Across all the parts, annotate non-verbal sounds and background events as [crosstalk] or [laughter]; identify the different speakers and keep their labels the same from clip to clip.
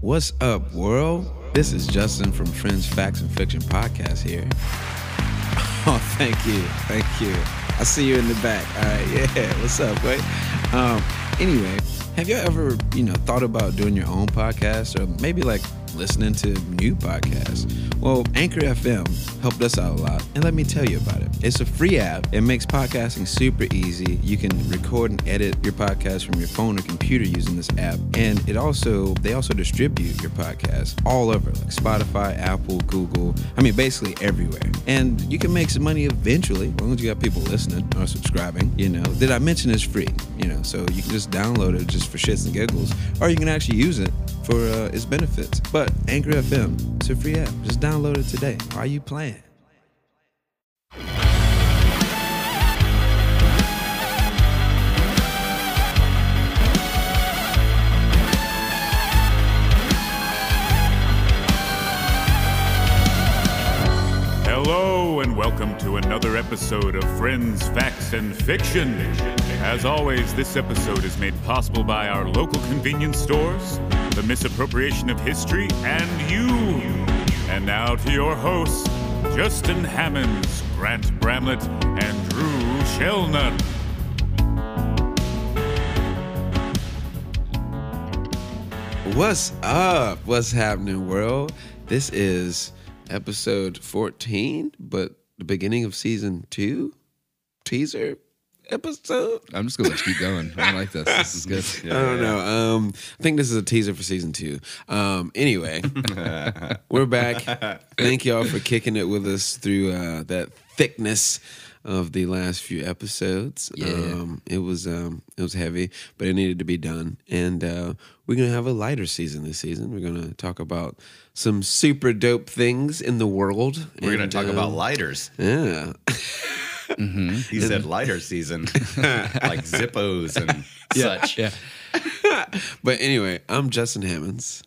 Speaker 1: What's up, world? This is Justin from Friends Facts and Fiction Podcast here. [laughs] Oh, thank you. Thank you. I see you in the back. All right. [laughs] Yeah. What's up, right? Um, anyway, have you all ever, you know, thought about doing your own podcast or maybe like listening to new podcasts? Well, Anchor FM helped us out a lot, and let me tell you about it. It's a free app. It makes podcasting super easy. You can record and edit your podcast from your phone or computer using this app, and it also they also distribute your podcast all over, like Spotify, Apple, Google. I mean, basically everywhere. And you can make some money eventually, as long as you got people listening or subscribing. You know, did I mention it's free? You know, so you can just download it just for shits and giggles, or you can actually use it for uh, its benefits. But Anchor FM, it's a free app. Just download it today. Are you playing?
Speaker 2: Hello, and welcome to another episode of Friends, Facts, and Fiction. As always, this episode is made possible by our local convenience stores, the misappropriation of history, and you. And now to your hosts, Justin Hammonds, Grant Bramlett, and Drew Shelnut.
Speaker 1: What's up? What's happening, world? This is episode 14, but the beginning of season two teaser episode.
Speaker 3: I'm just gonna let you keep going. I like this. This is [laughs] good.
Speaker 1: I don't know. Um, I think this is a teaser for season two. Um,
Speaker 4: [laughs]
Speaker 1: anyway, we're back. Thank y'all for kicking it with us through uh, that thickness of the last few episodes.
Speaker 3: Yeah.
Speaker 1: Um, it was um, it was heavy, but it needed to be done. And uh, we're gonna have a lighter season this season. We're gonna talk about some super dope things in the world.
Speaker 4: We're going
Speaker 1: And,
Speaker 4: to talk
Speaker 1: um,
Speaker 4: about [laughs] lighters.
Speaker 1: yeah.
Speaker 4: He said lighter [laughs] season, like Zippos and
Speaker 3: [laughs]
Speaker 4: such.
Speaker 3: Yeah.
Speaker 1: But anyway, I'm Justin Hammonds,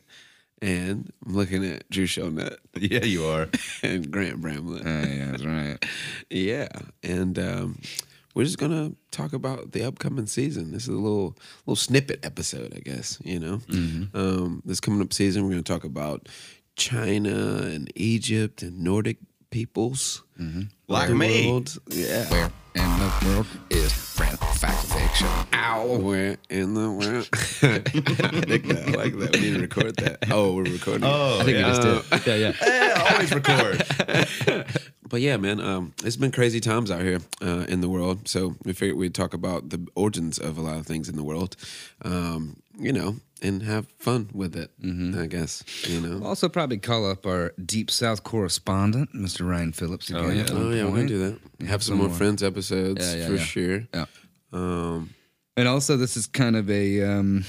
Speaker 1: and I'm looking at Drew Shownet
Speaker 4: Yeah, you are.
Speaker 1: [laughs]
Speaker 4: Uh-huh.
Speaker 1: and Grant Bramlett.
Speaker 3: Yeah, Uh, yeah, that's right.
Speaker 1: Yeah, and um, we're just gonna talk about the upcoming season. This is a little little snippet episode, I guess. You know,
Speaker 4: Mm-hmm.
Speaker 1: um, this coming up season, we're gonna talk about China and Egypt and Nordic peoples,
Speaker 4: Mm-hmm. Like
Speaker 1: the
Speaker 4: me.
Speaker 1: world. Yeah,
Speaker 3: Where in the world is friend fact fiction?
Speaker 1: ow, where in the
Speaker 4: [laughs]
Speaker 1: world? [laughs] I like that. I like that. We need to record that. Oh, we're recording. it.
Speaker 4: Oh,
Speaker 3: I think
Speaker 4: yeah.
Speaker 3: we just did. Yeah, yeah. [laughs]
Speaker 4: Yeah, always record.
Speaker 1: But yeah, man, um, it's been crazy times out here uh, in the world. So we figured we'd talk about the origins of a lot of things in the world, um, you know, and have fun with it. I guess you know.
Speaker 3: Also, probably call up our Deep South correspondent, Mr. Ryan Phillips. Again, oh yeah,
Speaker 1: Oh yeah, we're gonna do that. have some more friends episodes
Speaker 3: Yeah, yeah,
Speaker 1: for
Speaker 3: yeah.
Speaker 1: sure.
Speaker 3: Yeah. Um, and also, this is kind of a um,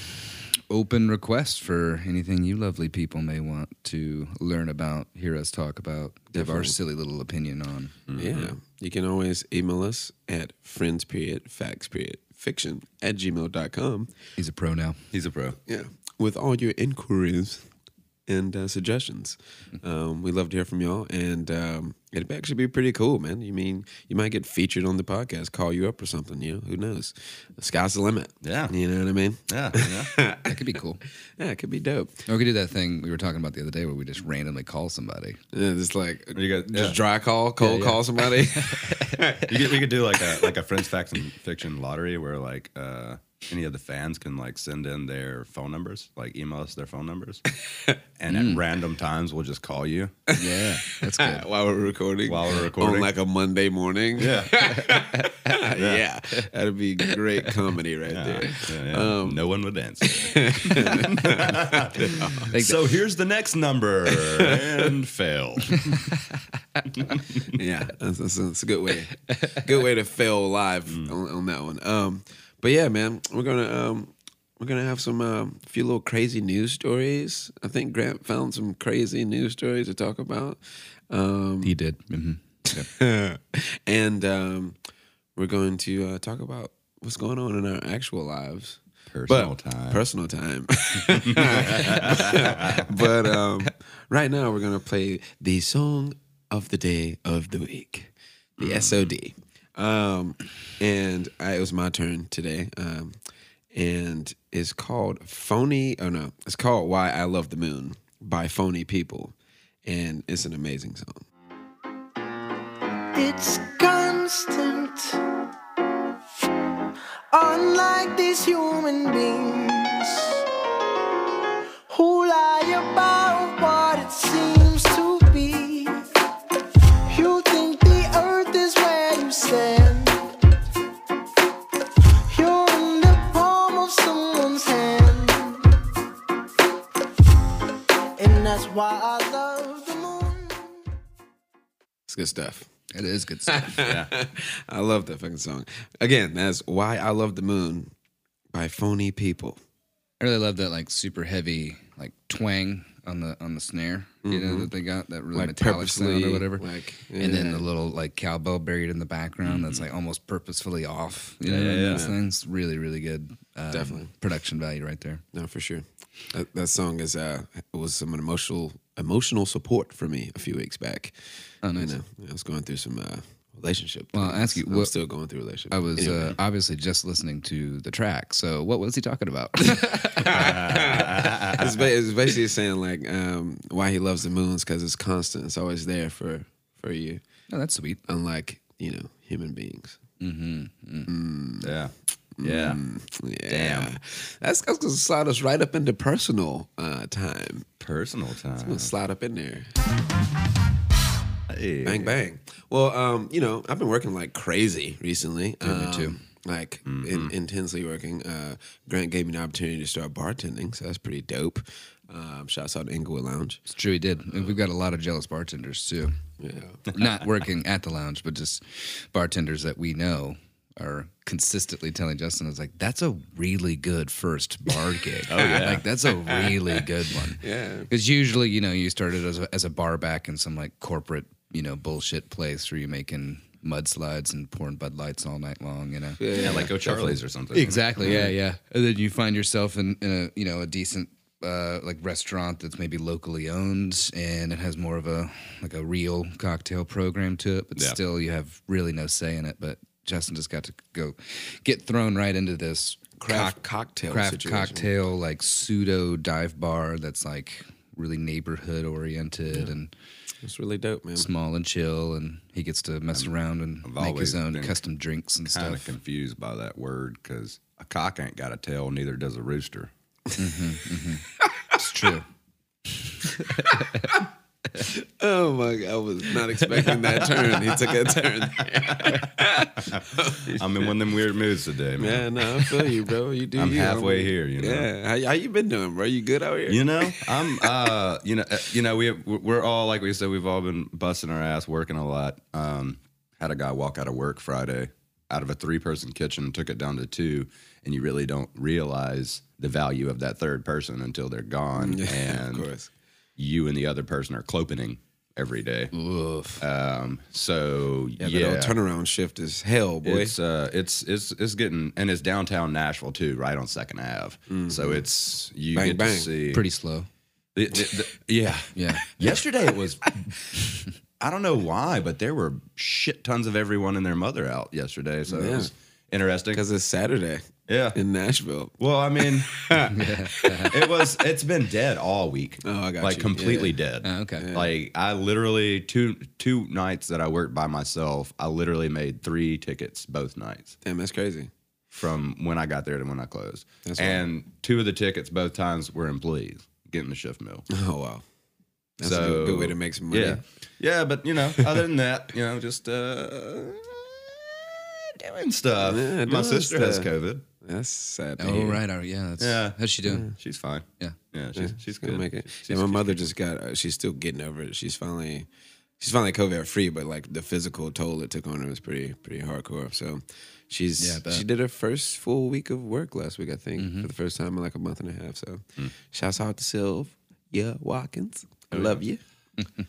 Speaker 3: open request for anything you lovely people may want to learn about, hear us talk about, give our silly little opinion on.
Speaker 1: Yeah, you can always email us at friends period facts period fiction at gmail.com.
Speaker 3: He's a pro now.
Speaker 4: He's a pro.
Speaker 1: Yeah, with all your inquiries and uh, suggestions,
Speaker 4: Mm-hmm.
Speaker 1: um, we love to hear from y'all, and um, it'd actually be pretty cool, man. You mean you might get featured on the podcast, call you up or something? You know, who knows? The sky's the limit.
Speaker 4: Yeah.
Speaker 1: you know what I mean.
Speaker 4: Yeah. yeah.
Speaker 3: That could be cool.
Speaker 1: Yeah, it could be dope.
Speaker 3: Or we could do that thing we were talking about the other day where we just randomly call somebody.
Speaker 1: Yeah, Uh, just like
Speaker 4: [laughs] You got-
Speaker 1: just
Speaker 4: yeah.
Speaker 1: dry call, cold
Speaker 3: yeah.
Speaker 1: call
Speaker 4: [laughs]
Speaker 1: somebody. [laughs]
Speaker 4: You could, we could do like a like a Friends Facts and Fiction lottery where like uh, any of the fans can like send in their phone numbers, like email us their phone [laughs] numbers, and at random times we'll just call you.
Speaker 3: Yeah, that's good.
Speaker 1: While we're recording,
Speaker 4: While we're recording.
Speaker 1: on like a Monday morning, [laughs]
Speaker 4: Yeah. [laughs]
Speaker 1: yeah, that'd be great comedy right there.
Speaker 4: [laughs] Yeah, yeah. no one would [laughs] answer.
Speaker 3: Like
Speaker 4: so here's the next number and [laughs] fail.
Speaker 1: yeah, that's, that's, that's a good way, good way to fail live on, on that one. Um, but yeah, man, we're gonna um, we're gonna have some um, few little crazy news stories. I think Grant found some crazy news stories to talk about, um,
Speaker 3: He did. hmm
Speaker 1: and um, we're going to uh, talk about what's going on in our actual lives.
Speaker 4: Personal time.
Speaker 1: Personal
Speaker 4: [laughs]
Speaker 1: time. [laughs] but um, right now, we're going to play the song of the day of the week,
Speaker 4: Mm.
Speaker 1: the SOD. Um, and I, it was my turn today. Um, and it's called Phony. Oh no, it's called Why I Love the Moon by Phony People, and it's an amazing song.
Speaker 5: It's constant. Unlike these human beings who lie about what it seems to be. You think the earth is where you stand. You're in the palm of someone's hand. And that's why I love the moon.
Speaker 1: It's good stuff.
Speaker 3: It is good stuff.
Speaker 1: I love that fucking song. Again, that's Why I Love the Moon by Phony People.
Speaker 3: I really love that like super heavy like twang on the on the snare. You know that they got that really
Speaker 1: Like
Speaker 3: metallic sound
Speaker 1: purposely,
Speaker 3: or whatever.
Speaker 1: like,
Speaker 3: and then the
Speaker 1: yeah.
Speaker 3: little like cowbell buried in the background that's like almost purposefully off. You know,
Speaker 4: Yeah,
Speaker 3: and
Speaker 4: yeah,
Speaker 3: those
Speaker 4: yeah.
Speaker 3: things really really good. Um,
Speaker 1: Definitely.
Speaker 3: production value right there.
Speaker 1: No, for sure. That, that song is uh was some emotional emotional support for me a few weeks back.
Speaker 3: Oh, nice.
Speaker 1: You know, I was going through some uh, relationship.
Speaker 3: Well, I'll
Speaker 1: things.
Speaker 3: ask you,
Speaker 1: I'm
Speaker 3: what-
Speaker 1: still going through relationship.
Speaker 3: I was
Speaker 1: Anyway.
Speaker 3: uh, obviously just listening to the track. So what was he talking about? [laughs] uh,
Speaker 1: [laughs] it's, ba- it's basically saying like um, why he loves the moons because it's constant. It's always there for for you,
Speaker 3: oh, that's sweet.
Speaker 1: unlike you know human beings.
Speaker 4: Yeah. Yeah.
Speaker 1: Yeah. Damn, that's, that's gonna slide us right up into personal uh, time.
Speaker 4: Personal
Speaker 1: We'll
Speaker 4: time.
Speaker 1: slide up in there.
Speaker 4: Hey.
Speaker 1: Bang bang. Well, um, you know, I've been working like crazy recently.
Speaker 3: me
Speaker 1: um,
Speaker 3: too.
Speaker 1: Like in, intensely working. Uh, Grant gave me an opportunity to start bartending, so that's pretty dope. Um, shouts out to Inglewood Lounge.
Speaker 3: It's true. He did. And We've got a lot of jealous bartenders too.
Speaker 1: Yeah.
Speaker 3: [laughs] Not working at the lounge, but just bartenders that we know are consistently telling Justin, "It's like that's a really good first bar gig. oh yeah, like that's a really good one.
Speaker 1: Yeah.
Speaker 3: because usually you know you started as a, as a bar back in some like corporate you know bullshit place where you're making mudslides and pouring Bud Lights all night long. You know,
Speaker 4: Yeah, like O'Charlie's or something.
Speaker 3: Exactly. Yeah, yeah. And then you find yourself in, in a you know a decent uh, like restaurant that's maybe locally owned and it has more of a like a real cocktail program to it, but
Speaker 4: Yeah.
Speaker 3: still you have really no say in it. But Justin just got to go get thrown right into this
Speaker 1: Craft
Speaker 3: cock-
Speaker 1: cocktail
Speaker 3: craft
Speaker 1: situation.
Speaker 3: cocktail like pseudo dive bar that's like really neighborhood oriented and
Speaker 1: It's really dope, man.
Speaker 3: small and chill and he gets to mess around and
Speaker 4: I've
Speaker 3: make his
Speaker 4: always
Speaker 3: own
Speaker 4: been
Speaker 3: custom drinks and
Speaker 4: Kind
Speaker 3: stuff.
Speaker 4: of confused by that word because a cock ain't got a tail, neither does a rooster.
Speaker 3: It's true.
Speaker 4: [laughs]
Speaker 1: Oh my god, I was not expecting that turn. He took a turn.
Speaker 4: I'm in one of them weird moods today, man.
Speaker 1: Yeah, no, I feel you, bro. You do.
Speaker 4: I'm
Speaker 1: you,
Speaker 4: halfway
Speaker 1: homie.
Speaker 4: here, you know?
Speaker 1: Yeah. How, how you been doing, bro? You good out here?
Speaker 4: You know, I'm. Uh, you know, uh, you know, we we're all like we said, we've all been busting our ass, working a lot. Um, had a guy walk out of work Friday, out of a three person kitchen, took it down to two, and you really don't realize the value of that third person until they're gone,
Speaker 1: [laughs] Yeah,
Speaker 4: and
Speaker 1: of course.
Speaker 4: you and the other person are clopening every day. Um, so yeah,
Speaker 1: Yeah, that old turnaround shift is hell, boy.
Speaker 4: it's uh, it's it's it's getting and it's downtown Nashville too, right on Second Ave. So it's
Speaker 1: Mm-hmm.
Speaker 4: you
Speaker 1: Bang,
Speaker 4: get
Speaker 1: bang.
Speaker 4: to see
Speaker 3: Pretty slow.
Speaker 4: the- the- the- yeah,
Speaker 3: Yeah.
Speaker 4: [laughs] Yesterday it was. I don't know why, but there were shit tons of everyone and their mother out yesterday. So it
Speaker 1: Yeah.
Speaker 4: was interesting.
Speaker 1: Because it's Saturday
Speaker 4: Yeah.
Speaker 1: in Nashville.
Speaker 4: Well, I
Speaker 1: [laughs]
Speaker 4: mean, it was. It's been dead all week.
Speaker 1: Oh, I got
Speaker 4: like
Speaker 1: you.
Speaker 4: completely dead.
Speaker 3: Oh, okay. Yeah.
Speaker 4: Like I literally two two nights that I worked by myself, I literally made three tickets both nights
Speaker 1: Damn, that's crazy.
Speaker 4: from when I got there to when I closed.
Speaker 1: That's wild.
Speaker 4: and two of the tickets both times were employees getting the shift meal.
Speaker 1: [laughs] Oh wow, that's a
Speaker 4: So-
Speaker 1: good, good way to make some money.
Speaker 4: Yeah. Yeah, but you know, other than that, you know, just uh doing stuff.
Speaker 1: Yeah,
Speaker 4: My
Speaker 1: doing
Speaker 4: sister has
Speaker 1: stuff.
Speaker 4: COVID.
Speaker 1: That's sad. to
Speaker 3: Oh
Speaker 1: hear.
Speaker 3: right, all right, yeah, that's,
Speaker 4: Yeah.
Speaker 3: How's she doing?
Speaker 4: She's fine.
Speaker 3: Yeah.
Speaker 4: Yeah,
Speaker 1: Yeah,
Speaker 4: she's she's
Speaker 1: gonna
Speaker 4: good.
Speaker 1: make it.
Speaker 4: She's
Speaker 1: Yeah, my mother just got. Uh, she's still getting over it. She's finally, she's finally COVID free, but like the physical toll it took on her was pretty, pretty hardcore. So, she's
Speaker 3: Yeah, I bet.
Speaker 1: she did her first full week of work last week, I think,
Speaker 4: Mm-hmm.
Speaker 1: for the first time in like a month and a half. So,
Speaker 4: Mm.
Speaker 1: shouts out to Sylv, yeah, Watkins,
Speaker 4: Oh,
Speaker 1: I love you.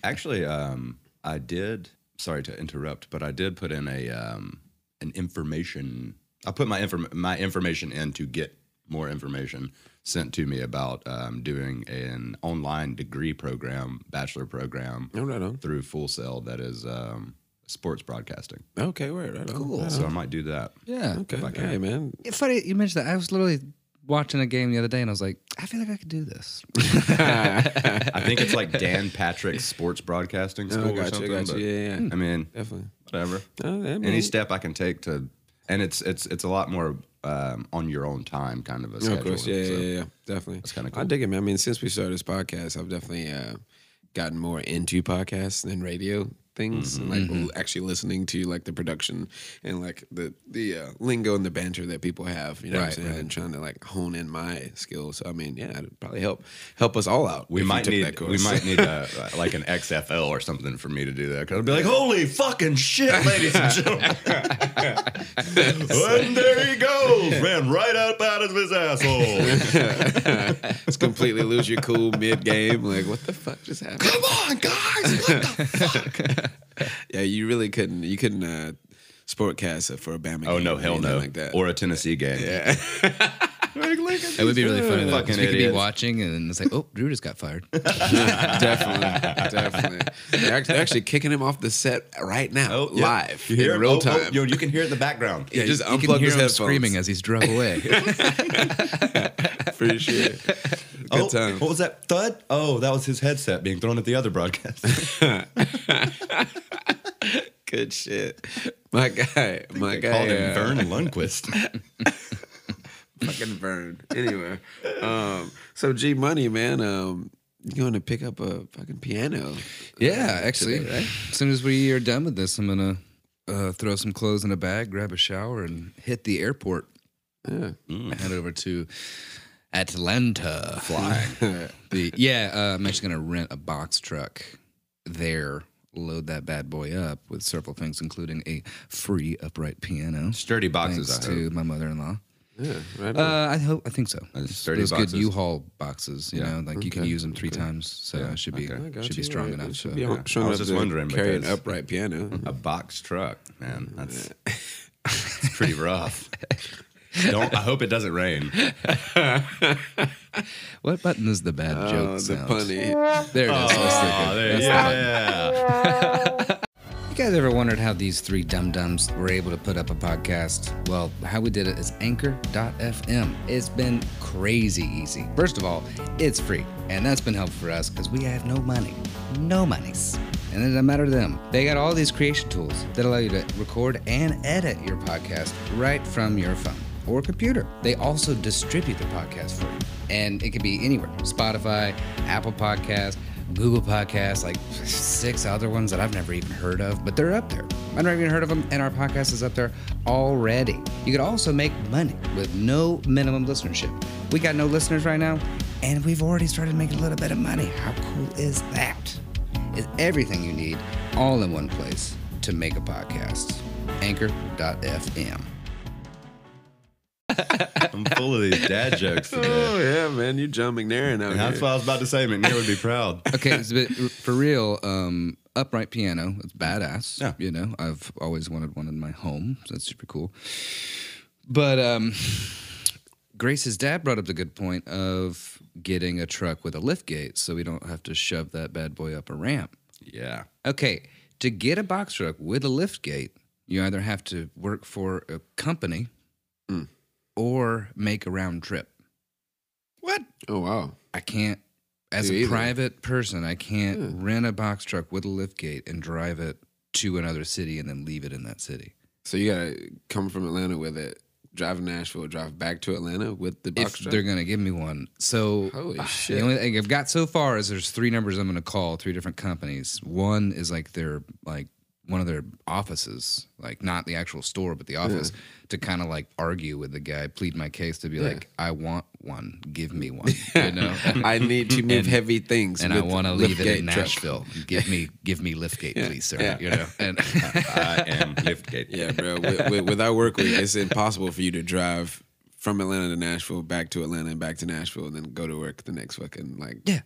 Speaker 4: Actually, um, I did. Sorry to interrupt, but I did put in a um, an information. I put my inform my information in to get more information sent to me about um, doing an online degree program, bachelor program
Speaker 3: Oh.
Speaker 1: No, no, no.
Speaker 4: through Full Sail. That is um, sports broadcasting.
Speaker 1: Okay, word. Right on,
Speaker 3: Cool.
Speaker 1: right on.
Speaker 4: So I might do that.
Speaker 3: Yeah.
Speaker 1: Okay.
Speaker 4: I can.
Speaker 1: Hey, man.
Speaker 3: Yeah, Funny you mentioned that. I was literally watching a game the other day, and I was like, I feel like I could do this.
Speaker 4: I think it's like Dan Patrick
Speaker 3: [laughs]
Speaker 4: Sports Broadcasting School
Speaker 1: Oh,
Speaker 4: or
Speaker 1: gotcha,
Speaker 4: something.
Speaker 1: gotcha.
Speaker 4: but, Hmm.
Speaker 1: Yeah, yeah.
Speaker 4: I mean,
Speaker 1: Definitely.
Speaker 4: whatever.
Speaker 1: Oh, that
Speaker 4: Any
Speaker 1: means-
Speaker 4: step I can take to, and it's it's it's a lot more um, on your own time kind of a
Speaker 1: Yeah,
Speaker 4: schedule.
Speaker 1: Of course, yeah,
Speaker 4: so.
Speaker 1: yeah, yeah, definitely. That's I
Speaker 4: kinda cool.
Speaker 1: dig it, man. I mean, since we started this podcast, I've definitely uh, gotten more into podcasts than radio things, and
Speaker 4: Mm-hmm,
Speaker 1: like l- actually listening to like the production and like the the uh, lingo and the banter that people have. You know what I'm
Speaker 3: Right,
Speaker 1: saying?
Speaker 3: right.
Speaker 1: And trying to like hone in my skills. So, I mean, yeah, it'd probably help help us all out.
Speaker 4: We
Speaker 1: if you
Speaker 4: might
Speaker 1: took
Speaker 4: need
Speaker 1: that
Speaker 4: we
Speaker 1: course. [laughs]
Speaker 4: might need [laughs] a, like an XFL or something for me to do that. Cause I'd be like, holy fucking shit, [laughs] ladies and gentlemen. and there he goes, ran right up out of his [laughs] asshole.
Speaker 1: Just completely lose your cool mid game. Like, what the fuck just happened?
Speaker 4: [laughs] Come on, guys. What the
Speaker 1: Yeah, you really couldn't. You couldn't uh, sportcast it for a Bama.
Speaker 4: oh
Speaker 1: game
Speaker 4: no,
Speaker 1: or
Speaker 4: hell
Speaker 1: anything
Speaker 4: no.
Speaker 1: Like that.
Speaker 4: Or a Tennessee game. Yeah.
Speaker 3: It would be really funny though.
Speaker 4: Fucking
Speaker 3: because we could be
Speaker 4: idiots.
Speaker 3: watching, and it's like, oh, Drew just got fired.
Speaker 1: definitely, definitely. They're act- they're actually kicking him off the set right now, live
Speaker 4: Oh, You hear
Speaker 1: in
Speaker 4: it?
Speaker 1: real
Speaker 4: Oh, oh,
Speaker 1: time.
Speaker 4: yo, you can hear it in the background.
Speaker 1: yeah, just
Speaker 3: you
Speaker 1: unplug
Speaker 3: can hear
Speaker 1: his
Speaker 3: him
Speaker 1: headphones.
Speaker 3: screaming as he's drug away.
Speaker 1: [laughs] for sure.
Speaker 4: oh,
Speaker 1: Good time.
Speaker 4: What was that thud? Oh, that was his headset being thrown at the other [laughs] broadcast.
Speaker 1: Good shit. My guy, my guy,
Speaker 4: Called
Speaker 1: uh,
Speaker 4: him Vern [laughs] Lundquist.
Speaker 1: fucking Vern. Anyway, um, so G Money, man, um, you going to pick up a fucking piano?
Speaker 3: yeah, actually, as soon as we are done with this, I'm gonna uh, throw some clothes in a bag, grab a shower, and hit the airport.
Speaker 1: Yeah.
Speaker 3: Head over to Atlanta. Flying. [laughs] the, yeah, uh, I'm actually gonna rent a box truck there. Load that bad boy up with several things, including a free upright piano.
Speaker 4: Sturdy boxes,
Speaker 3: Thanks
Speaker 4: I hope.
Speaker 3: to my mother-in-law.
Speaker 1: Yeah, right. on.
Speaker 3: Uh, I hope. I think so.
Speaker 4: That's
Speaker 3: It's
Speaker 4: 30
Speaker 3: Those good
Speaker 4: boxes.
Speaker 3: U-Haul boxes. You
Speaker 4: Yeah.
Speaker 3: know, like you can
Speaker 1: Okay.
Speaker 3: use them three times, so it should be
Speaker 1: I got
Speaker 3: should
Speaker 1: you.
Speaker 3: be strong
Speaker 1: Yeah,
Speaker 3: enough.
Speaker 1: it
Speaker 3: So.
Speaker 1: should be on- showing
Speaker 4: I was
Speaker 1: up
Speaker 4: just
Speaker 1: to
Speaker 4: wondering
Speaker 1: carry an
Speaker 4: because-
Speaker 1: upright piano.
Speaker 4: A box truck, man.
Speaker 3: [laughs]
Speaker 4: That's it's pretty rough. Don't. I hope it doesn't rain.
Speaker 3: What button is the bad joke
Speaker 1: Oh, the
Speaker 3: sound?
Speaker 1: punny.
Speaker 3: There it is. That's the-
Speaker 4: Oh.
Speaker 3: that's the button.
Speaker 4: yeah.
Speaker 3: You guys ever wondered how these three dum dums were able to put up a podcast? Well, how we did it is anchor.fm. It's been crazy easy. First of all, it's free, and that's been helpful for us because we have no money. No monies. And it doesn't matter to them. They got all these creation tools that allow you to record and edit your podcast right from your phone or computer. They also distribute the podcast for you. And it can be anywhere Spotify, Apple Podcasts. Google Podcasts, like six other ones that I've never even heard of, but they're up there. I've never even heard of them, and our podcast is up there already. You could also make money with no minimum listenership. We got no listeners right now, and we've already started making a little bit of money. How cool is that? It's everything you need all in one place to make a podcast. Anchor.fm.
Speaker 4: I'm full of these dad jokes today.
Speaker 1: [laughs] Oh yeah, man, you John McNair now.
Speaker 4: And that's what I was about to say. McNair would be proud.
Speaker 3: okay, it's a bit, for real, um, upright piano. It's badass.
Speaker 4: Yeah.
Speaker 3: You know, I've always wanted one in my home. So that's super cool. But um, Grace's dad brought up the good point of getting a truck with a lift gate so we don't have to shove that bad boy up a ramp.
Speaker 4: Yeah.
Speaker 3: Okay, to get a box truck with a lift gate, you either have to work for a company
Speaker 4: Mm.
Speaker 3: or make a round trip. What?
Speaker 1: Oh wow.
Speaker 3: I can't, as
Speaker 1: Do
Speaker 3: a
Speaker 1: either. Hmm.
Speaker 3: private person, I can't rent a box truck with a lift gate and drive it to another city and then leave it in that city.
Speaker 1: So you gotta come from Atlanta with it, drive to Nashville, drive back to Atlanta with the box
Speaker 3: if
Speaker 1: truck.
Speaker 3: they're gonna give me one, so ah,
Speaker 1: Holy
Speaker 3: the
Speaker 1: shit.
Speaker 3: only thing I've got so far is there's three numbers I'm gonna call, three different companies. One is like their like one of their offices, like not the actual store, but
Speaker 1: Hmm.
Speaker 3: the office, to kind of like argue with the guy, plead my case to be like, I want one, give
Speaker 1: [laughs]
Speaker 3: me one, you know.
Speaker 1: I need
Speaker 3: [laughs]
Speaker 1: to move heavy things,
Speaker 3: and I
Speaker 1: with
Speaker 3: want to leave it
Speaker 1: liftgate
Speaker 3: in
Speaker 1: truck.
Speaker 3: Nashville. Give me, give me Liftgate, please, sir.
Speaker 1: [laughs] yeah.
Speaker 3: You know, and
Speaker 4: I am Liftgate.
Speaker 1: Yeah, bro. With, with, with our work week, it's impossible for you to drive from Atlanta to Nashville, back to Atlanta, and back to Nashville, and then go to work the next fucking like
Speaker 3: [laughs] yeah,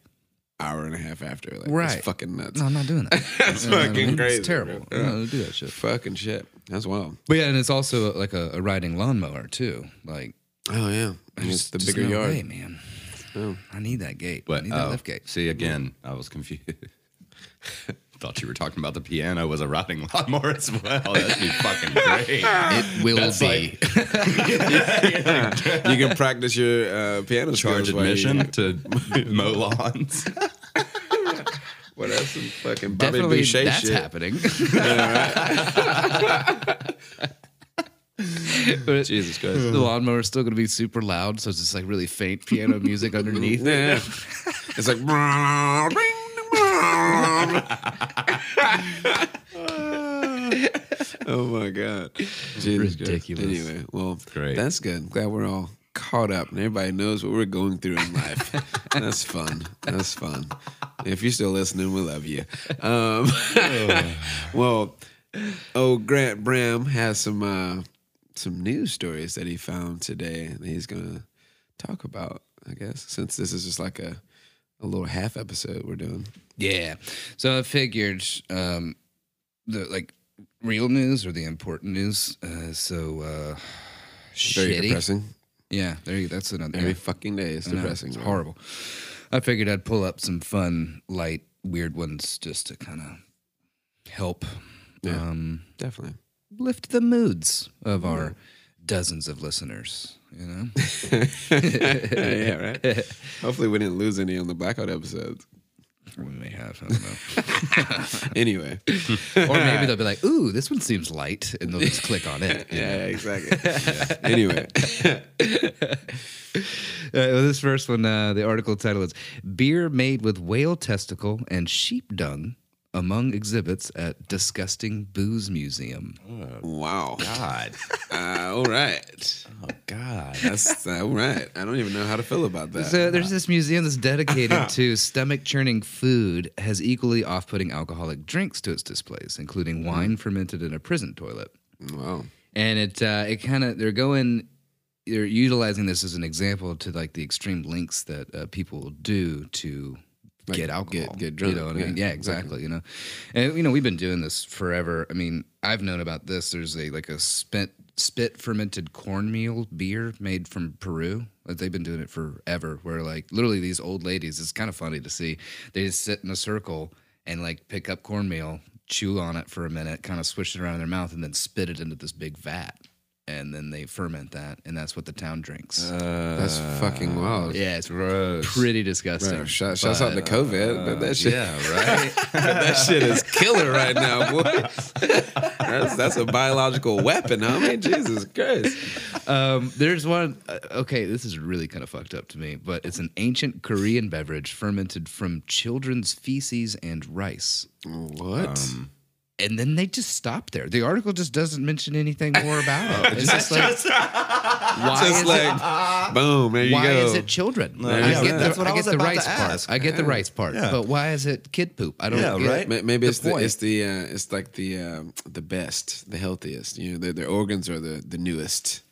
Speaker 1: hour and a half after. Like,
Speaker 3: Right.
Speaker 1: It's fucking nuts.
Speaker 3: no, I'm not doing
Speaker 1: [laughs]
Speaker 3: that. That's
Speaker 1: fucking crazy,
Speaker 3: It's terrible.
Speaker 1: bro.
Speaker 3: I don't do that shit.
Speaker 1: Fucking shit. That's wild.
Speaker 3: But yeah, and it's also uh, like a, a riding lawnmower too. Like
Speaker 1: Oh yeah. And it's
Speaker 3: just-
Speaker 1: the
Speaker 3: just
Speaker 1: bigger
Speaker 3: no
Speaker 1: yard. Oh.
Speaker 3: way, man. I need that gate. I
Speaker 4: But
Speaker 3: need that
Speaker 4: oh,
Speaker 3: lift gate.
Speaker 4: see again, I was confused. [laughs] thought you were talking about the piano was a rotting lawnmower as well. That'd be fucking great.
Speaker 3: It will
Speaker 4: That's
Speaker 3: be.
Speaker 4: like-
Speaker 1: You can practice your uh, piano
Speaker 4: Charge
Speaker 1: skills while you-
Speaker 4: admission to [laughs] mow lawns.
Speaker 1: Well, that's some fucking Bobby
Speaker 3: Definitely,
Speaker 1: Boucher
Speaker 3: that's
Speaker 1: shit. [laughs]
Speaker 3: happening. [laughs] But
Speaker 4: Jesus Christ.
Speaker 3: The lawnmower's still going to be super loud, so it's just like really faint piano
Speaker 1: [laughs]
Speaker 3: music underneath.
Speaker 1: Yeah. [laughs] it's like. oh Oh my god! Jesus Christ.
Speaker 3: Ridiculous.
Speaker 1: Anyway, well,
Speaker 4: Great.
Speaker 1: That's good. I'm glad we're all caught up and everybody knows what we're going through in
Speaker 3: [laughs]
Speaker 1: life. that's fun. That's fun. If you're still listening, we love you.
Speaker 3: [laughs]
Speaker 1: Um, [laughs] well, oh, Grant Bram has some uh, some news stories that he found today that he's gonna talk about. I guess since this is just like a a little half episode we're doing.
Speaker 3: Yeah. So I figured um, the like real news or the important news. Uh, so uh,
Speaker 1: Very
Speaker 3: shitty.
Speaker 1: depressing.
Speaker 3: Yeah, there you. That's another.
Speaker 1: Every
Speaker 3: yeah.
Speaker 1: fucking day is
Speaker 3: I know,
Speaker 1: depressing.
Speaker 3: It's
Speaker 1: bro.
Speaker 3: horrible. I figured I'd pull up some fun, light, weird ones just to kind of help
Speaker 1: Yeah.
Speaker 3: um,
Speaker 1: Definitely.
Speaker 3: lift the moods of
Speaker 1: Mm-hmm.
Speaker 3: our dozens of listeners.
Speaker 1: [laughs]
Speaker 3: You know.
Speaker 1: yeah, right. [laughs] Hopefully, we didn't lose any on the blackout episodes.
Speaker 3: We may have, I don't
Speaker 1: Anyway.
Speaker 3: know. or maybe they'll be like, ooh, this one seems light, and they'll just click on it.
Speaker 1: [laughs] Yeah, exactly. Anyway, [laughs]
Speaker 3: Uh, well, this first one, uh, the article title is Beer Made with Whale Testicle and Sheep Dung Among Exhibits at Disgusting Booze Museum.
Speaker 1: wow.
Speaker 4: God.
Speaker 1: Uh, all right.
Speaker 4: Oh, God.
Speaker 1: That's uh, all right. I don't even know how to feel about that.
Speaker 3: So there's this museum that's dedicated to stomach churning food, has equally off putting alcoholic drinks to its displays, including wine fermented in a prison toilet.
Speaker 1: wow.
Speaker 3: and it uh, it kind of they're going they're utilizing this as an example to like the extreme links that uh, people do to
Speaker 1: Like,
Speaker 3: get alcohol,
Speaker 1: get- get drunk,
Speaker 3: You know what
Speaker 1: yeah,
Speaker 3: I mean? Yeah, exactly. You know, and you know we've been doing this forever. I mean, I've known about this. There's a like a spent spit fermented cornmeal beer made from Peru. Like they've been doing it forever. Where like literally these old ladies, it's kind of funny to see. They just sit in a circle and like pick up cornmeal, chew on it for a minute, kind of swish it around in their mouth, and then spit it into this big vat. And then they ferment that, and that's what the town drinks.
Speaker 1: That's fucking wild.
Speaker 3: yeah, it's
Speaker 4: Gross.
Speaker 3: pretty disgusting.
Speaker 1: Bro, shout, shouts out to COVID, but that shit,
Speaker 4: Yeah, right?
Speaker 1: that shit is killer right now, boy. That's, that's a biological weapon, homie. Jesus Christ.
Speaker 3: [laughs] Um, there's one. uh, Okay, this is really kind of fucked up to me, but it's an ancient Korean beverage fermented from children's feces and rice.
Speaker 1: What?
Speaker 3: And then they just stop there. The article just doesn't mention anything more about
Speaker 4: [laughs]
Speaker 3: it. It's just like, why,
Speaker 1: Just
Speaker 3: is,
Speaker 1: like,
Speaker 3: it,
Speaker 1: boom, there you
Speaker 3: why
Speaker 1: go.
Speaker 3: is it children?
Speaker 4: yeah,
Speaker 3: I get
Speaker 4: that's
Speaker 3: the,
Speaker 4: what
Speaker 3: I
Speaker 4: I
Speaker 3: get
Speaker 4: was
Speaker 3: the
Speaker 4: about
Speaker 3: rice
Speaker 4: to
Speaker 3: part.
Speaker 4: ask.
Speaker 3: I get the rice part.
Speaker 4: Yeah.
Speaker 3: But why is it kid poop? I don't
Speaker 4: Yeah,
Speaker 1: [laughs]
Speaker 3: get
Speaker 4: right?
Speaker 3: it.
Speaker 1: Ma- Maybe
Speaker 3: The
Speaker 1: it's the,
Speaker 3: point.
Speaker 1: it's the uh, it's like the um, the best, the healthiest. You know, their, their organs are the the newest.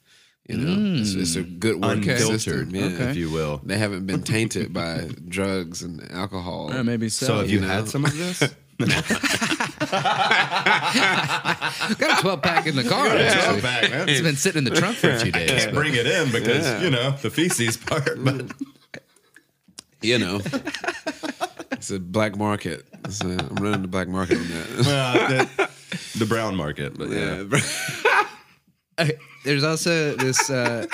Speaker 1: You know, it's, it's a good working
Speaker 4: Mm. Unfiltered,
Speaker 1: system. Yeah.
Speaker 4: if you will.
Speaker 1: They haven't been tainted by [laughs] drugs and alcohol.
Speaker 3: Uh, maybe so.
Speaker 4: So have you
Speaker 1: know.
Speaker 4: had
Speaker 1: [laughs]
Speaker 4: some of this?
Speaker 3: got a 12 pack in the car. actually. It's been sitting in the trunk for a few days.
Speaker 4: Can't
Speaker 3: but-
Speaker 4: bring it in because, you know, the feces part. But
Speaker 1: Mm. You know, [laughs] it's a black market. It's a- I'm running the black market on
Speaker 4: [laughs]
Speaker 1: that. [laughs]
Speaker 4: uh, the, the brown market. But yeah.
Speaker 1: Yeah, bro.
Speaker 3: uh, There's also this. Uh,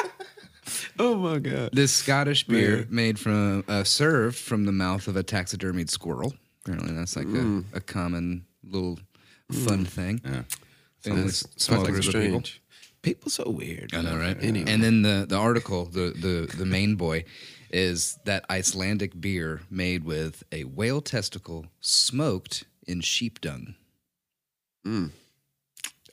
Speaker 1: [laughs] oh my god.
Speaker 3: this Scottish beer made from uh, served from the mouth of a taxidermied squirrel. Apparently, that's like
Speaker 1: Mm.
Speaker 3: a, a common little fun thing.
Speaker 4: Yeah.
Speaker 3: Thing with small
Speaker 1: Fucking
Speaker 3: groups of people.
Speaker 1: strange. People so weird.
Speaker 3: I know, right?
Speaker 1: Anyway.
Speaker 3: And then the the article, the the the main boy, is that Icelandic beer made with a whale testicle smoked in sheep dung.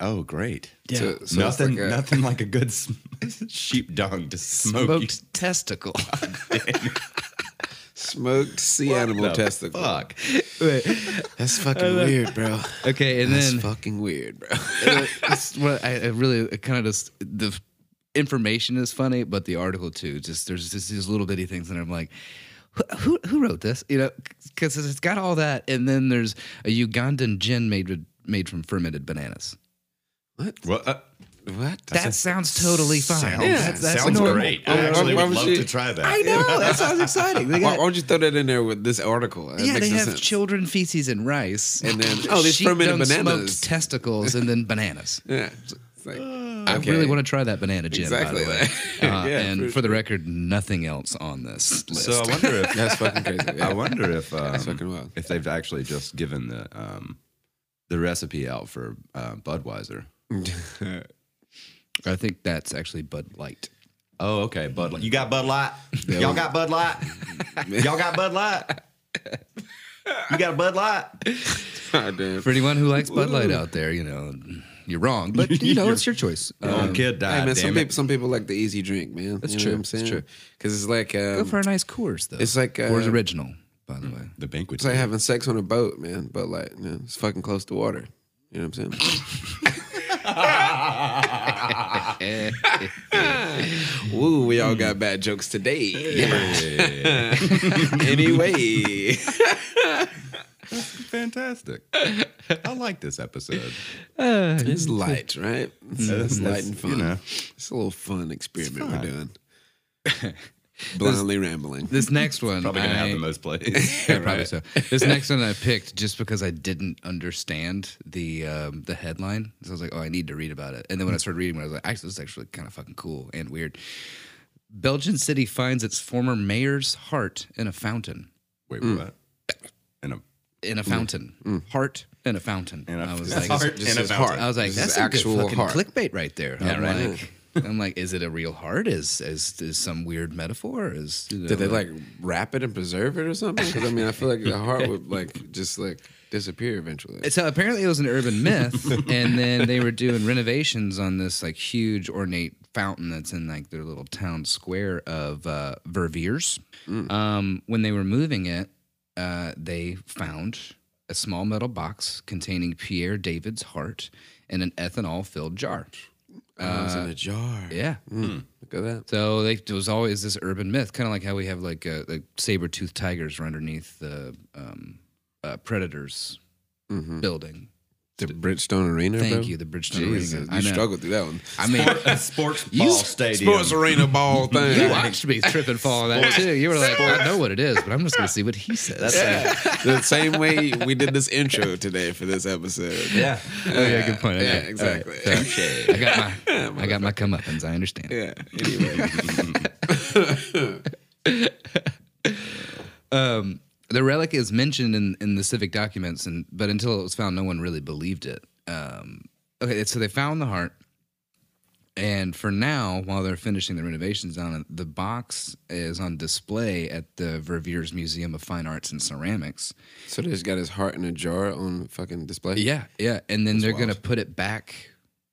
Speaker 4: Oh, great.
Speaker 3: Yeah.
Speaker 1: So- so it's
Speaker 4: nothing,
Speaker 1: like a-
Speaker 4: nothing like a good s- [laughs] sheep dung to smoke. you.
Speaker 1: [laughs]
Speaker 3: Smoked testicle.
Speaker 1: Smoked sea animal
Speaker 4: the
Speaker 1: testicle.
Speaker 4: Fuck.
Speaker 1: That's fucking weird, bro.
Speaker 3: okay, and
Speaker 1: That's
Speaker 3: then
Speaker 1: fucking weird, bro.
Speaker 3: [laughs]
Speaker 1: [laughs]
Speaker 3: it's what I, I really kind of just the f- information is funny, but the article too. Just there's just these little bitty things, and I'm like, who who, who wrote this? You know, because it's got all that, and then there's a Ugandan gin made with made from fermented bananas.
Speaker 4: What? Uh,
Speaker 1: What?
Speaker 3: That sounds totally fine.
Speaker 6: Sounds,
Speaker 1: Yeah, that's- that's
Speaker 6: sounds
Speaker 1: normal.
Speaker 6: great.
Speaker 1: Why-
Speaker 6: I
Speaker 1: why-
Speaker 6: actually
Speaker 1: why
Speaker 6: would
Speaker 1: would
Speaker 6: love
Speaker 1: she-
Speaker 6: to try that.
Speaker 1: I know. That sounds exciting. [laughs] They
Speaker 7: Why,
Speaker 1: got,
Speaker 7: why don't you throw that in there with this article? That
Speaker 3: yeah,
Speaker 7: makes
Speaker 3: they
Speaker 7: no
Speaker 3: have
Speaker 7: sense.
Speaker 3: children, feces, and rice.
Speaker 1: And
Speaker 3: [laughs]
Speaker 1: then- oh, there's
Speaker 3: Sheep
Speaker 1: fermented
Speaker 3: dung smoked
Speaker 1: bananas.
Speaker 3: testicles, and then bananas.
Speaker 1: yeah. It's like,
Speaker 3: I really want to try that banana gin,
Speaker 1: Exactly.
Speaker 3: by the way. Uh,
Speaker 1: Yeah,
Speaker 3: and for the record, nothing else on this list.
Speaker 4: So I wonder if
Speaker 1: That's fucking crazy. [laughs] Yeah.
Speaker 4: [laughs] I wonder if
Speaker 1: fucking
Speaker 4: um,
Speaker 1: wild.
Speaker 4: if they've actually just given the um, the recipe out for uh, Budweiser.
Speaker 3: I think that's actually Bud Light.
Speaker 4: Oh, okay, Bud. Light. You got Bud Light. Y'all got
Speaker 3: [laughs]
Speaker 4: Bud Light. Y'all got Bud Light. You got a Bud Light.
Speaker 1: God damn.
Speaker 3: For anyone who likes Bud Light out there, you know, you're wrong, but you know, it's your choice.
Speaker 4: Your own
Speaker 3: Um,
Speaker 4: Oh, kid died.
Speaker 1: Hey man,
Speaker 4: damn
Speaker 1: some
Speaker 4: it.
Speaker 1: people some people like the easy drink, man. That's
Speaker 3: true.
Speaker 1: What I'm
Speaker 3: That's
Speaker 1: saying?
Speaker 3: true.
Speaker 1: Because it's like
Speaker 3: Go
Speaker 1: um,
Speaker 3: for a nice Coors, though.
Speaker 1: it's like, uh,
Speaker 3: Coors Original, by the way.
Speaker 4: the banquet.
Speaker 1: it's like having sex on a boat, man. But like, you know, it's fucking close to water. You know what I'm saying? [laughs] Woo, we all got bad jokes today. [laughs] anyway.
Speaker 4: fantastic. I like this episode.
Speaker 1: It's light, right? It's, Mm-hmm. it's light and fun.
Speaker 4: you know.
Speaker 1: It's a little fun experiment we're doing. [laughs] Blindly rambling.
Speaker 3: This next one,
Speaker 4: Probably gonna
Speaker 3: I-
Speaker 4: have the most
Speaker 3: [laughs]
Speaker 4: plays.
Speaker 3: Yeah, probably so. This next one I picked just because I didn't understand the um, the headline, so I was like, "Oh, I need to read about it." And then when I started reading, I was like, "Actually, this is actually kind of fucking cool and weird." Belgian city finds its former mayor's heart in a fountain.
Speaker 4: Wait,
Speaker 3: Mm.
Speaker 4: what? And a
Speaker 3: In
Speaker 1: Mm.
Speaker 3: a fountain, heart in a fountain.
Speaker 4: And a- [laughs]
Speaker 3: I was
Speaker 4: Heart
Speaker 3: like,
Speaker 4: in a fountain.
Speaker 3: I was like,
Speaker 1: This is
Speaker 3: "That's a
Speaker 1: actual
Speaker 3: actual good fucking
Speaker 1: heart.
Speaker 3: clickbait right there." I'm
Speaker 1: right.
Speaker 3: like, I'm like, "Is it a real heart? Is is, is some weird metaphor? Is you know,
Speaker 1: Did they like wrap it and preserve it or something? Because I mean, I feel like the heart would like just like disappear eventually.
Speaker 3: So apparently it was an urban myth, and then they were doing renovations on this like huge ornate fountain that's in like their little town square of uh, Verviers. Um, when they were moving it, uh, they found a small metal box containing Pierre David's heart in an ethanol-filled jar.
Speaker 1: oh, it's in a jar.
Speaker 3: Yeah.
Speaker 1: Look at that.
Speaker 3: So they, there was always this urban myth, kind of like how we have like uh, like saber-toothed tigers are underneath the um, uh, predators building.
Speaker 1: The Bridgestone Arena.
Speaker 3: Thank
Speaker 1: bro? Oh,
Speaker 3: you, the Bridgestone
Speaker 1: Jesus,
Speaker 3: Arena. I
Speaker 1: uh, you
Speaker 3: know.
Speaker 1: struggled through that one.
Speaker 3: I mean, [laughs]
Speaker 4: [laughs] sports
Speaker 3: You-
Speaker 4: ball stadium.
Speaker 1: Sports arena [laughs] ball thing.
Speaker 3: you watched me trip and fall on that too. You were like, I know what it is, but I'm just going to see what he says.
Speaker 4: That's like,
Speaker 1: the same way we did this intro today for this episode.
Speaker 4: yeah.
Speaker 1: [laughs]
Speaker 3: oh, yeah, good point.
Speaker 1: Yeah,
Speaker 3: Okay.
Speaker 1: exactly.
Speaker 3: All right. So, I got
Speaker 1: [laughs]
Speaker 3: my, I got my comeuppance. I understand.
Speaker 1: Yeah.
Speaker 3: [laughs]
Speaker 1: Anyway,
Speaker 3: Um, The relic is mentioned in, in the civic documents, and but until it was found, no one really believed it. Um, okay, so they found the heart, and for now, while they're finishing the renovations on it, the box is on display at the Verviers Museum of Fine Arts and Ceramics.
Speaker 1: so they just got his heart in a jar on fucking display.
Speaker 3: Yeah, yeah, and then they're gonna put it back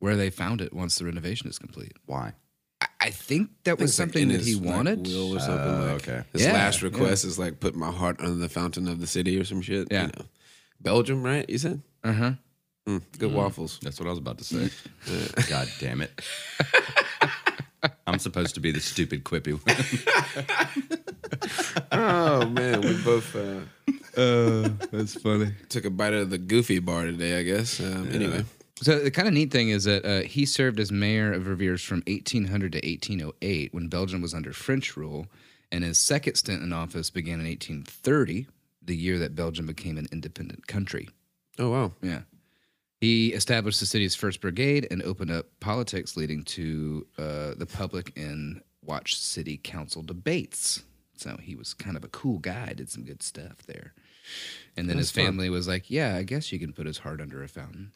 Speaker 3: where they found it once the renovation is complete.
Speaker 4: Why?
Speaker 3: I, I think that was
Speaker 1: It's like
Speaker 3: something
Speaker 1: in
Speaker 3: that
Speaker 1: his,
Speaker 3: he
Speaker 1: like,
Speaker 3: wanted.
Speaker 1: will or something
Speaker 4: Oh,
Speaker 1: like.
Speaker 4: okay.
Speaker 1: His
Speaker 3: Yeah,
Speaker 1: last
Speaker 3: yeah.
Speaker 1: request is like put my heart under the fountain of the city or some shit.
Speaker 3: Yeah.
Speaker 1: You know. Belgium, right? You said?
Speaker 3: uh huh.
Speaker 1: Mm, good waffles.
Speaker 4: That's what I was about
Speaker 3: [laughs]
Speaker 4: to say. God damn it. I'm supposed to be the
Speaker 3: [laughs]
Speaker 4: stupid quippy one.
Speaker 1: [laughs] Oh man, we both uh,
Speaker 3: Uh, That's funny.
Speaker 1: took a bite of the goofy bar today, I guess. Um, Anyway,
Speaker 3: So the kind of neat thing is that uh, he served as mayor of Verviers from 1800 to 1808 when Belgium was under French rule, and his second stint in office began in 1830, the year that Belgium became an independent country.
Speaker 1: oh [laughs] wow,
Speaker 3: Yeah. He established the city's first brigade and opened up politics, leading to uh, the public and watch city council debates. So he was kind of a cool guy, did some good stuff there. And then his family was like, Yeah, I guess you can put his heart under a fountain.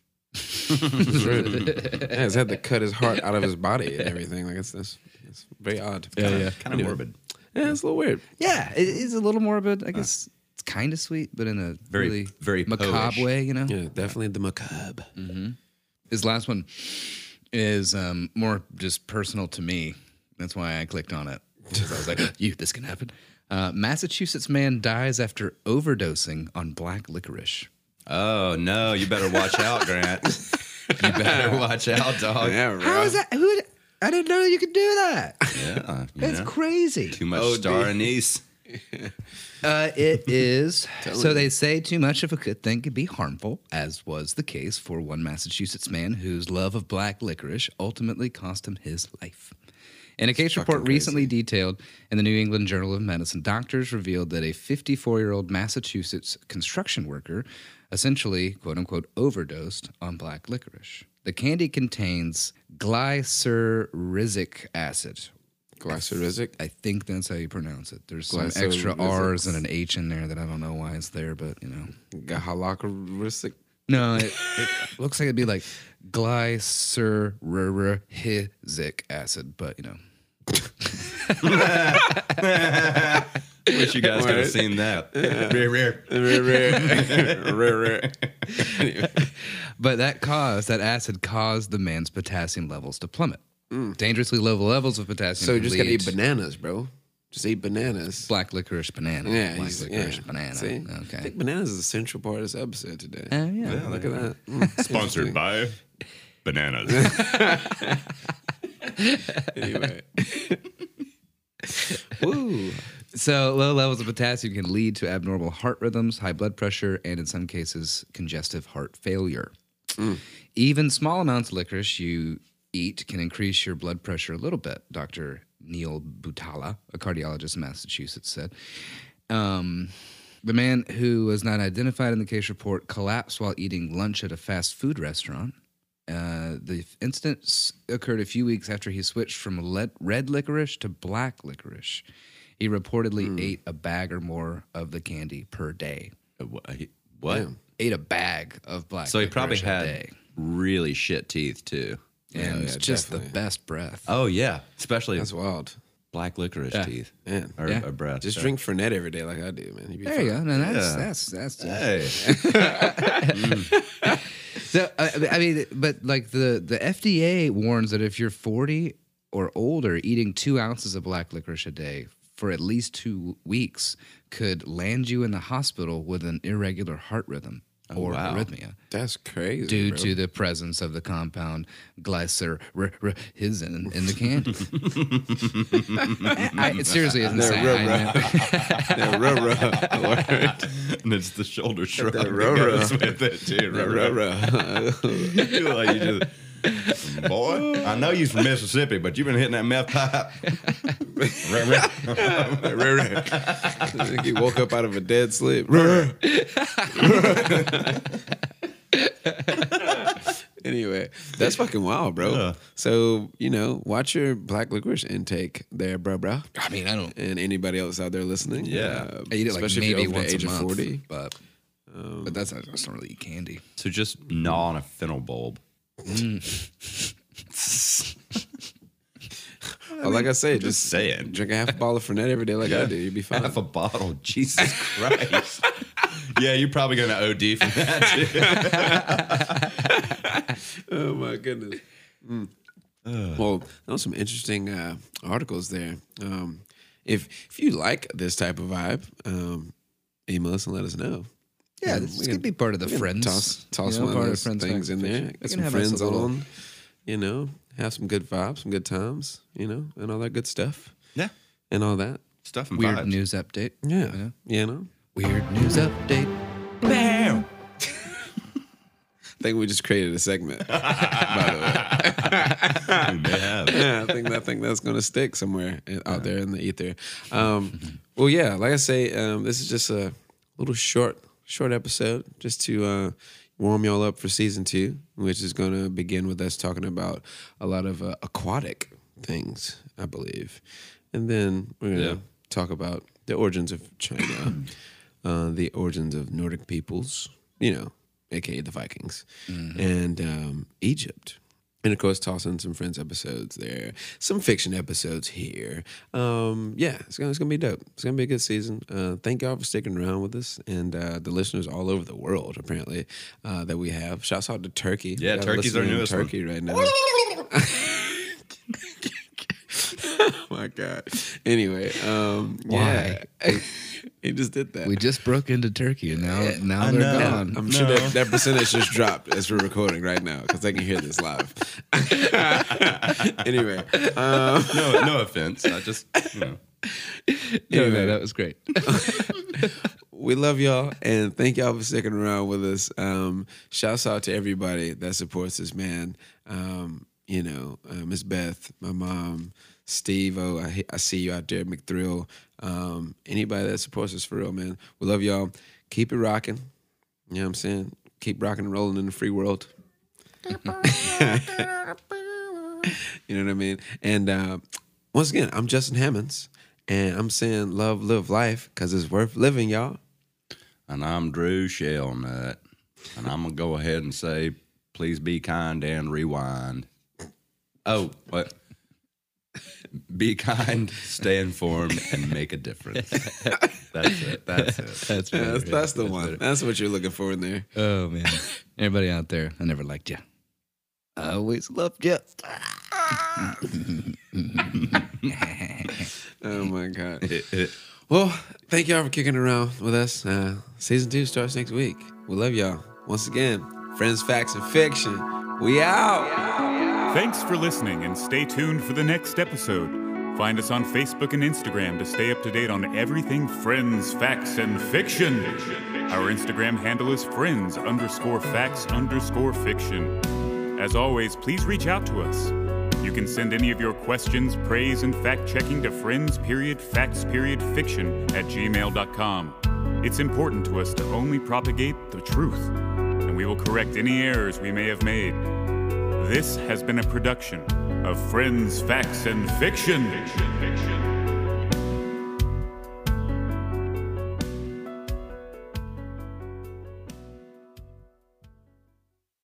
Speaker 1: [laughs] yeah, he's had to cut his heart out of his body and everything. Like it's that's it's very odd. Yeah, yeah,
Speaker 4: kind of morbid.
Speaker 1: yeah. It's a little weird.
Speaker 3: Yeah, it is a little morbid. I guess Uh, it's kind of sweet, but in a
Speaker 4: Very-
Speaker 3: really
Speaker 4: very
Speaker 3: macabre
Speaker 4: Poe-ish.
Speaker 3: way, you know?
Speaker 1: Yeah, definitely the macabre.
Speaker 3: His last one is um, more just personal to me. That's why I clicked on it. [laughs] 'Cause I was like, you, this can happen. Uh, Massachusetts man dies after overdosing on black licorice.
Speaker 4: Oh no, you better watch out, Grant.
Speaker 1: [laughs]
Speaker 4: You better watch out, dog. Yeah,
Speaker 1: Yeah, bro.
Speaker 3: that? [laughs] Who? I didn't know you could do that.
Speaker 4: you know,
Speaker 3: crazy.
Speaker 4: too much star anise.
Speaker 3: Uh, it is. so they say too much of a good thing could be harmful, as was the case for one Massachusetts man whose love of black licorice ultimately cost him his life. In a case report recently detailed in the New England Journal of Medicine, doctors revealed that a 54 year old Massachusetts construction worker essentially, quote unquote, overdosed on black licorice. The candy contains glycyrrhizic acid,
Speaker 1: Glycerizic.
Speaker 3: I think that's how you pronounce it. There's some
Speaker 1: Glycyrrhizic.
Speaker 3: extra R's and an H in there that I don't know why it's there, but you know.
Speaker 1: Gahalakarizic.
Speaker 3: No, it, it [laughs] looks like it'd be like glycyrrhizic acid, but you know.
Speaker 4: Wish you guys could have seen that. Rear, rear.
Speaker 1: [laughs] Rare, rare. [laughs] Rare, rare.
Speaker 3: But that caused that acid caused the man's potassium levels to plummet. Dangerously low levels of potassium.
Speaker 1: Mm. So you
Speaker 3: can
Speaker 1: just gotta
Speaker 3: lead
Speaker 1: eat bananas, bro. Just eat bananas.
Speaker 3: Black licorice banana.
Speaker 1: Yeah,
Speaker 3: black
Speaker 1: he's-
Speaker 3: licorice
Speaker 1: yeah.
Speaker 3: banana.
Speaker 1: See? I
Speaker 3: Okay.
Speaker 1: think bananas is a central part of this episode today.
Speaker 3: Uh, yeah.
Speaker 1: Look at
Speaker 3: [laughs]
Speaker 1: that. Mm.
Speaker 8: Sponsored by bananas.
Speaker 1: anyway.
Speaker 3: So, low levels of potassium can lead to abnormal heart rhythms, high blood pressure, and in some cases, congestive heart failure. Even small amounts of licorice you eat can increase your blood pressure a little bit, Dr. Neil Butala, a cardiologist in Massachusetts, said. Um, the man who was not identified in the case report collapsed while eating lunch at a fast food restaurant. Uh, the incident s- occurred a few weeks after he switched from le- red licorice to black licorice. He reportedly
Speaker 4: Hmm.
Speaker 3: ate a bag or more of the candy per day.
Speaker 4: [laughs] What?
Speaker 3: Ate a bag of black.
Speaker 4: So he probably
Speaker 3: licorice a
Speaker 4: had
Speaker 3: day.
Speaker 4: really shit teeth too.
Speaker 3: and
Speaker 1: yeah,
Speaker 3: just the
Speaker 1: definitely.
Speaker 3: best breath.
Speaker 4: Oh yeah, especially
Speaker 1: That's wild.
Speaker 4: black licorice
Speaker 3: Yeah.
Speaker 4: teeth
Speaker 1: Man.
Speaker 4: or,
Speaker 3: Yeah.
Speaker 4: or breath.
Speaker 1: Just
Speaker 4: yeah.
Speaker 1: drink Fernet every day like I do, man. You'd be
Speaker 3: There you
Speaker 1: fine.
Speaker 3: go. No, that's
Speaker 4: Yeah.
Speaker 3: that's that's.
Speaker 4: Hey,
Speaker 3: So uh, I, I mean, but like the the FDA warns that if you're 40 or older, eating two ounces of black licorice a day for at least two weeks could land you in the hospital with an irregular heart rhythm
Speaker 1: Oh,
Speaker 3: or
Speaker 4: wow.
Speaker 3: arrhythmia
Speaker 1: That's crazy.
Speaker 3: due
Speaker 1: bro. [laughs]
Speaker 3: to the presence of the compound glycyrrhizin in the
Speaker 1: [laughs]
Speaker 3: candy. I, it seriously isn't saying.
Speaker 1: Yeah, ruh, ruh.
Speaker 4: and it's the shoulder shrug that
Speaker 1: row, row.
Speaker 4: goes with it too. Row, row, row. Like [laughs] you just- boy, I know you're from Mississippi, but you've been hitting that meth pipe. Row, row.
Speaker 1: I think he woke up out of a dead sleep. [laughs] anyway, that's fucking wild, bro.
Speaker 4: Yeah.
Speaker 1: So, you know, watch your black licorice intake there, bro, bro.
Speaker 3: I mean, I don't.
Speaker 1: And anybody else out there listening. Uh,
Speaker 4: Yeah.
Speaker 3: I eat it like
Speaker 1: especially if you're
Speaker 3: maybe
Speaker 1: over the
Speaker 3: once
Speaker 1: age
Speaker 3: a
Speaker 1: of Oh.
Speaker 3: month,
Speaker 1: 40.
Speaker 3: but but that's not, that's not really candy.
Speaker 4: So just gnaw on a fennel bulb.
Speaker 1: like I say, just,
Speaker 4: Just saying.
Speaker 1: drink a half a bottle of Fernet every day like I do. You'd [laughs] be fine.
Speaker 4: Half a bottle, Jesus Christ. yeah, you're probably gonna OD from that. Too.
Speaker 1: Oh my goodness. Mm. Well, that was some interesting uh, articles there. Um, if if you like this type of vibe, um, email us and let us know.
Speaker 3: Yeah,
Speaker 1: Um,
Speaker 3: this
Speaker 1: we
Speaker 3: could be part of the
Speaker 1: we can
Speaker 3: friends,
Speaker 1: Toss, toss
Speaker 3: you know,
Speaker 1: one
Speaker 3: part
Speaker 1: of
Speaker 3: of
Speaker 1: those
Speaker 3: friends
Speaker 1: things in
Speaker 3: fact
Speaker 1: there.
Speaker 3: fiction. We
Speaker 1: Get
Speaker 3: can
Speaker 1: some
Speaker 3: have us a
Speaker 1: friends
Speaker 3: little-
Speaker 1: on. You know, have some good vibes, some good times. You know, and all that good stuff
Speaker 4: Yeah,
Speaker 1: and all that.
Speaker 4: stuff and
Speaker 3: Weird
Speaker 4: vibes.
Speaker 3: news update.
Speaker 1: Yeah,
Speaker 3: Yeah.
Speaker 1: you know.
Speaker 3: Weird news update.
Speaker 1: I think we just created a segment. [laughs]
Speaker 4: You may have.
Speaker 1: yeah, I think I think that's gonna stick somewhere in- out there in the ether. Um, well, yeah, like I say, um, this is just a little short short episode just to uh, warm y'all up for season two, which is gonna begin with us talking about a lot of uh, aquatic things, I believe, and then we're gonna
Speaker 4: Yeah.
Speaker 1: talk about the origins of China, uh, the origins of Nordic peoples, you know, aka the Vikings, and um, Egypt. And of course, toss in some Friends episodes there, some fiction episodes here. Um, yeah, it's gonna, it's gonna be dope. It's gonna be a good season. Uh, thank y'all for sticking around with us and uh, the listeners all over the world, apparently, uh, that we have. Shouts out to Turkey.
Speaker 4: Yeah,
Speaker 1: We got a
Speaker 4: Turkey's our
Speaker 1: listener in
Speaker 4: newest one.
Speaker 1: Turkey right now. Oh my god. Anyway, um,
Speaker 3: Why?
Speaker 1: yeah, [laughs] he just did that.
Speaker 3: We just broke into Turkey and now now
Speaker 4: I
Speaker 3: they're
Speaker 4: know.
Speaker 3: gone.
Speaker 1: I'm sure that, that percentage just dropped as we're recording right now because they can hear this live. [laughs] anyway,
Speaker 4: no, no offense. I just, you know,
Speaker 3: Anyway, that was great. [laughs]
Speaker 1: we love y'all and thank y'all for sticking around with us. Um, shouts out to everybody that supports this man. Um, you know, uh, Miss Beth, my mom, Steve. Oh, I, he- I see you out there, McThrill. Um, anybody that supports us for real, man. We love y'all. Keep it rocking. You know what I'm saying? Keep rocking and rolling in the free world. [laughs] you know what I mean? And uh, once again, I'm Justin Hammonds, and I'm saying love, live life, because it's worth living, y'all.
Speaker 4: And I'm Drew Shellnut. And I'm going to go ahead and say, please be kind and rewind. Oh, what? Be kind, stay informed, and make a difference. That's it. That's it.
Speaker 3: That's
Speaker 1: [laughs] That's,
Speaker 3: better.
Speaker 1: that's the one. That's what you're looking for in there.
Speaker 3: Oh man, everybody out there, I never liked you. I always loved you.
Speaker 1: Oh my god. well, thank y'all for kicking around with us. Uh, season two starts next week. We love y'all. Once again, friends, facts, and fiction. We out.
Speaker 2: Thanks for listening and stay tuned for the next episode. Find us on Facebook and Instagram to stay up to date on everything friends, facts, and fiction. Our Instagram handle is friends underscore facts underscore fiction. As always, please reach out to us. You can send any of your questions, praise, and fact checking to friends period facts period fiction at gmail.com. It's important to us to only propagate the truth, and we will correct any errors we may have made. This has been a production of Friends, Facts, and Fiction.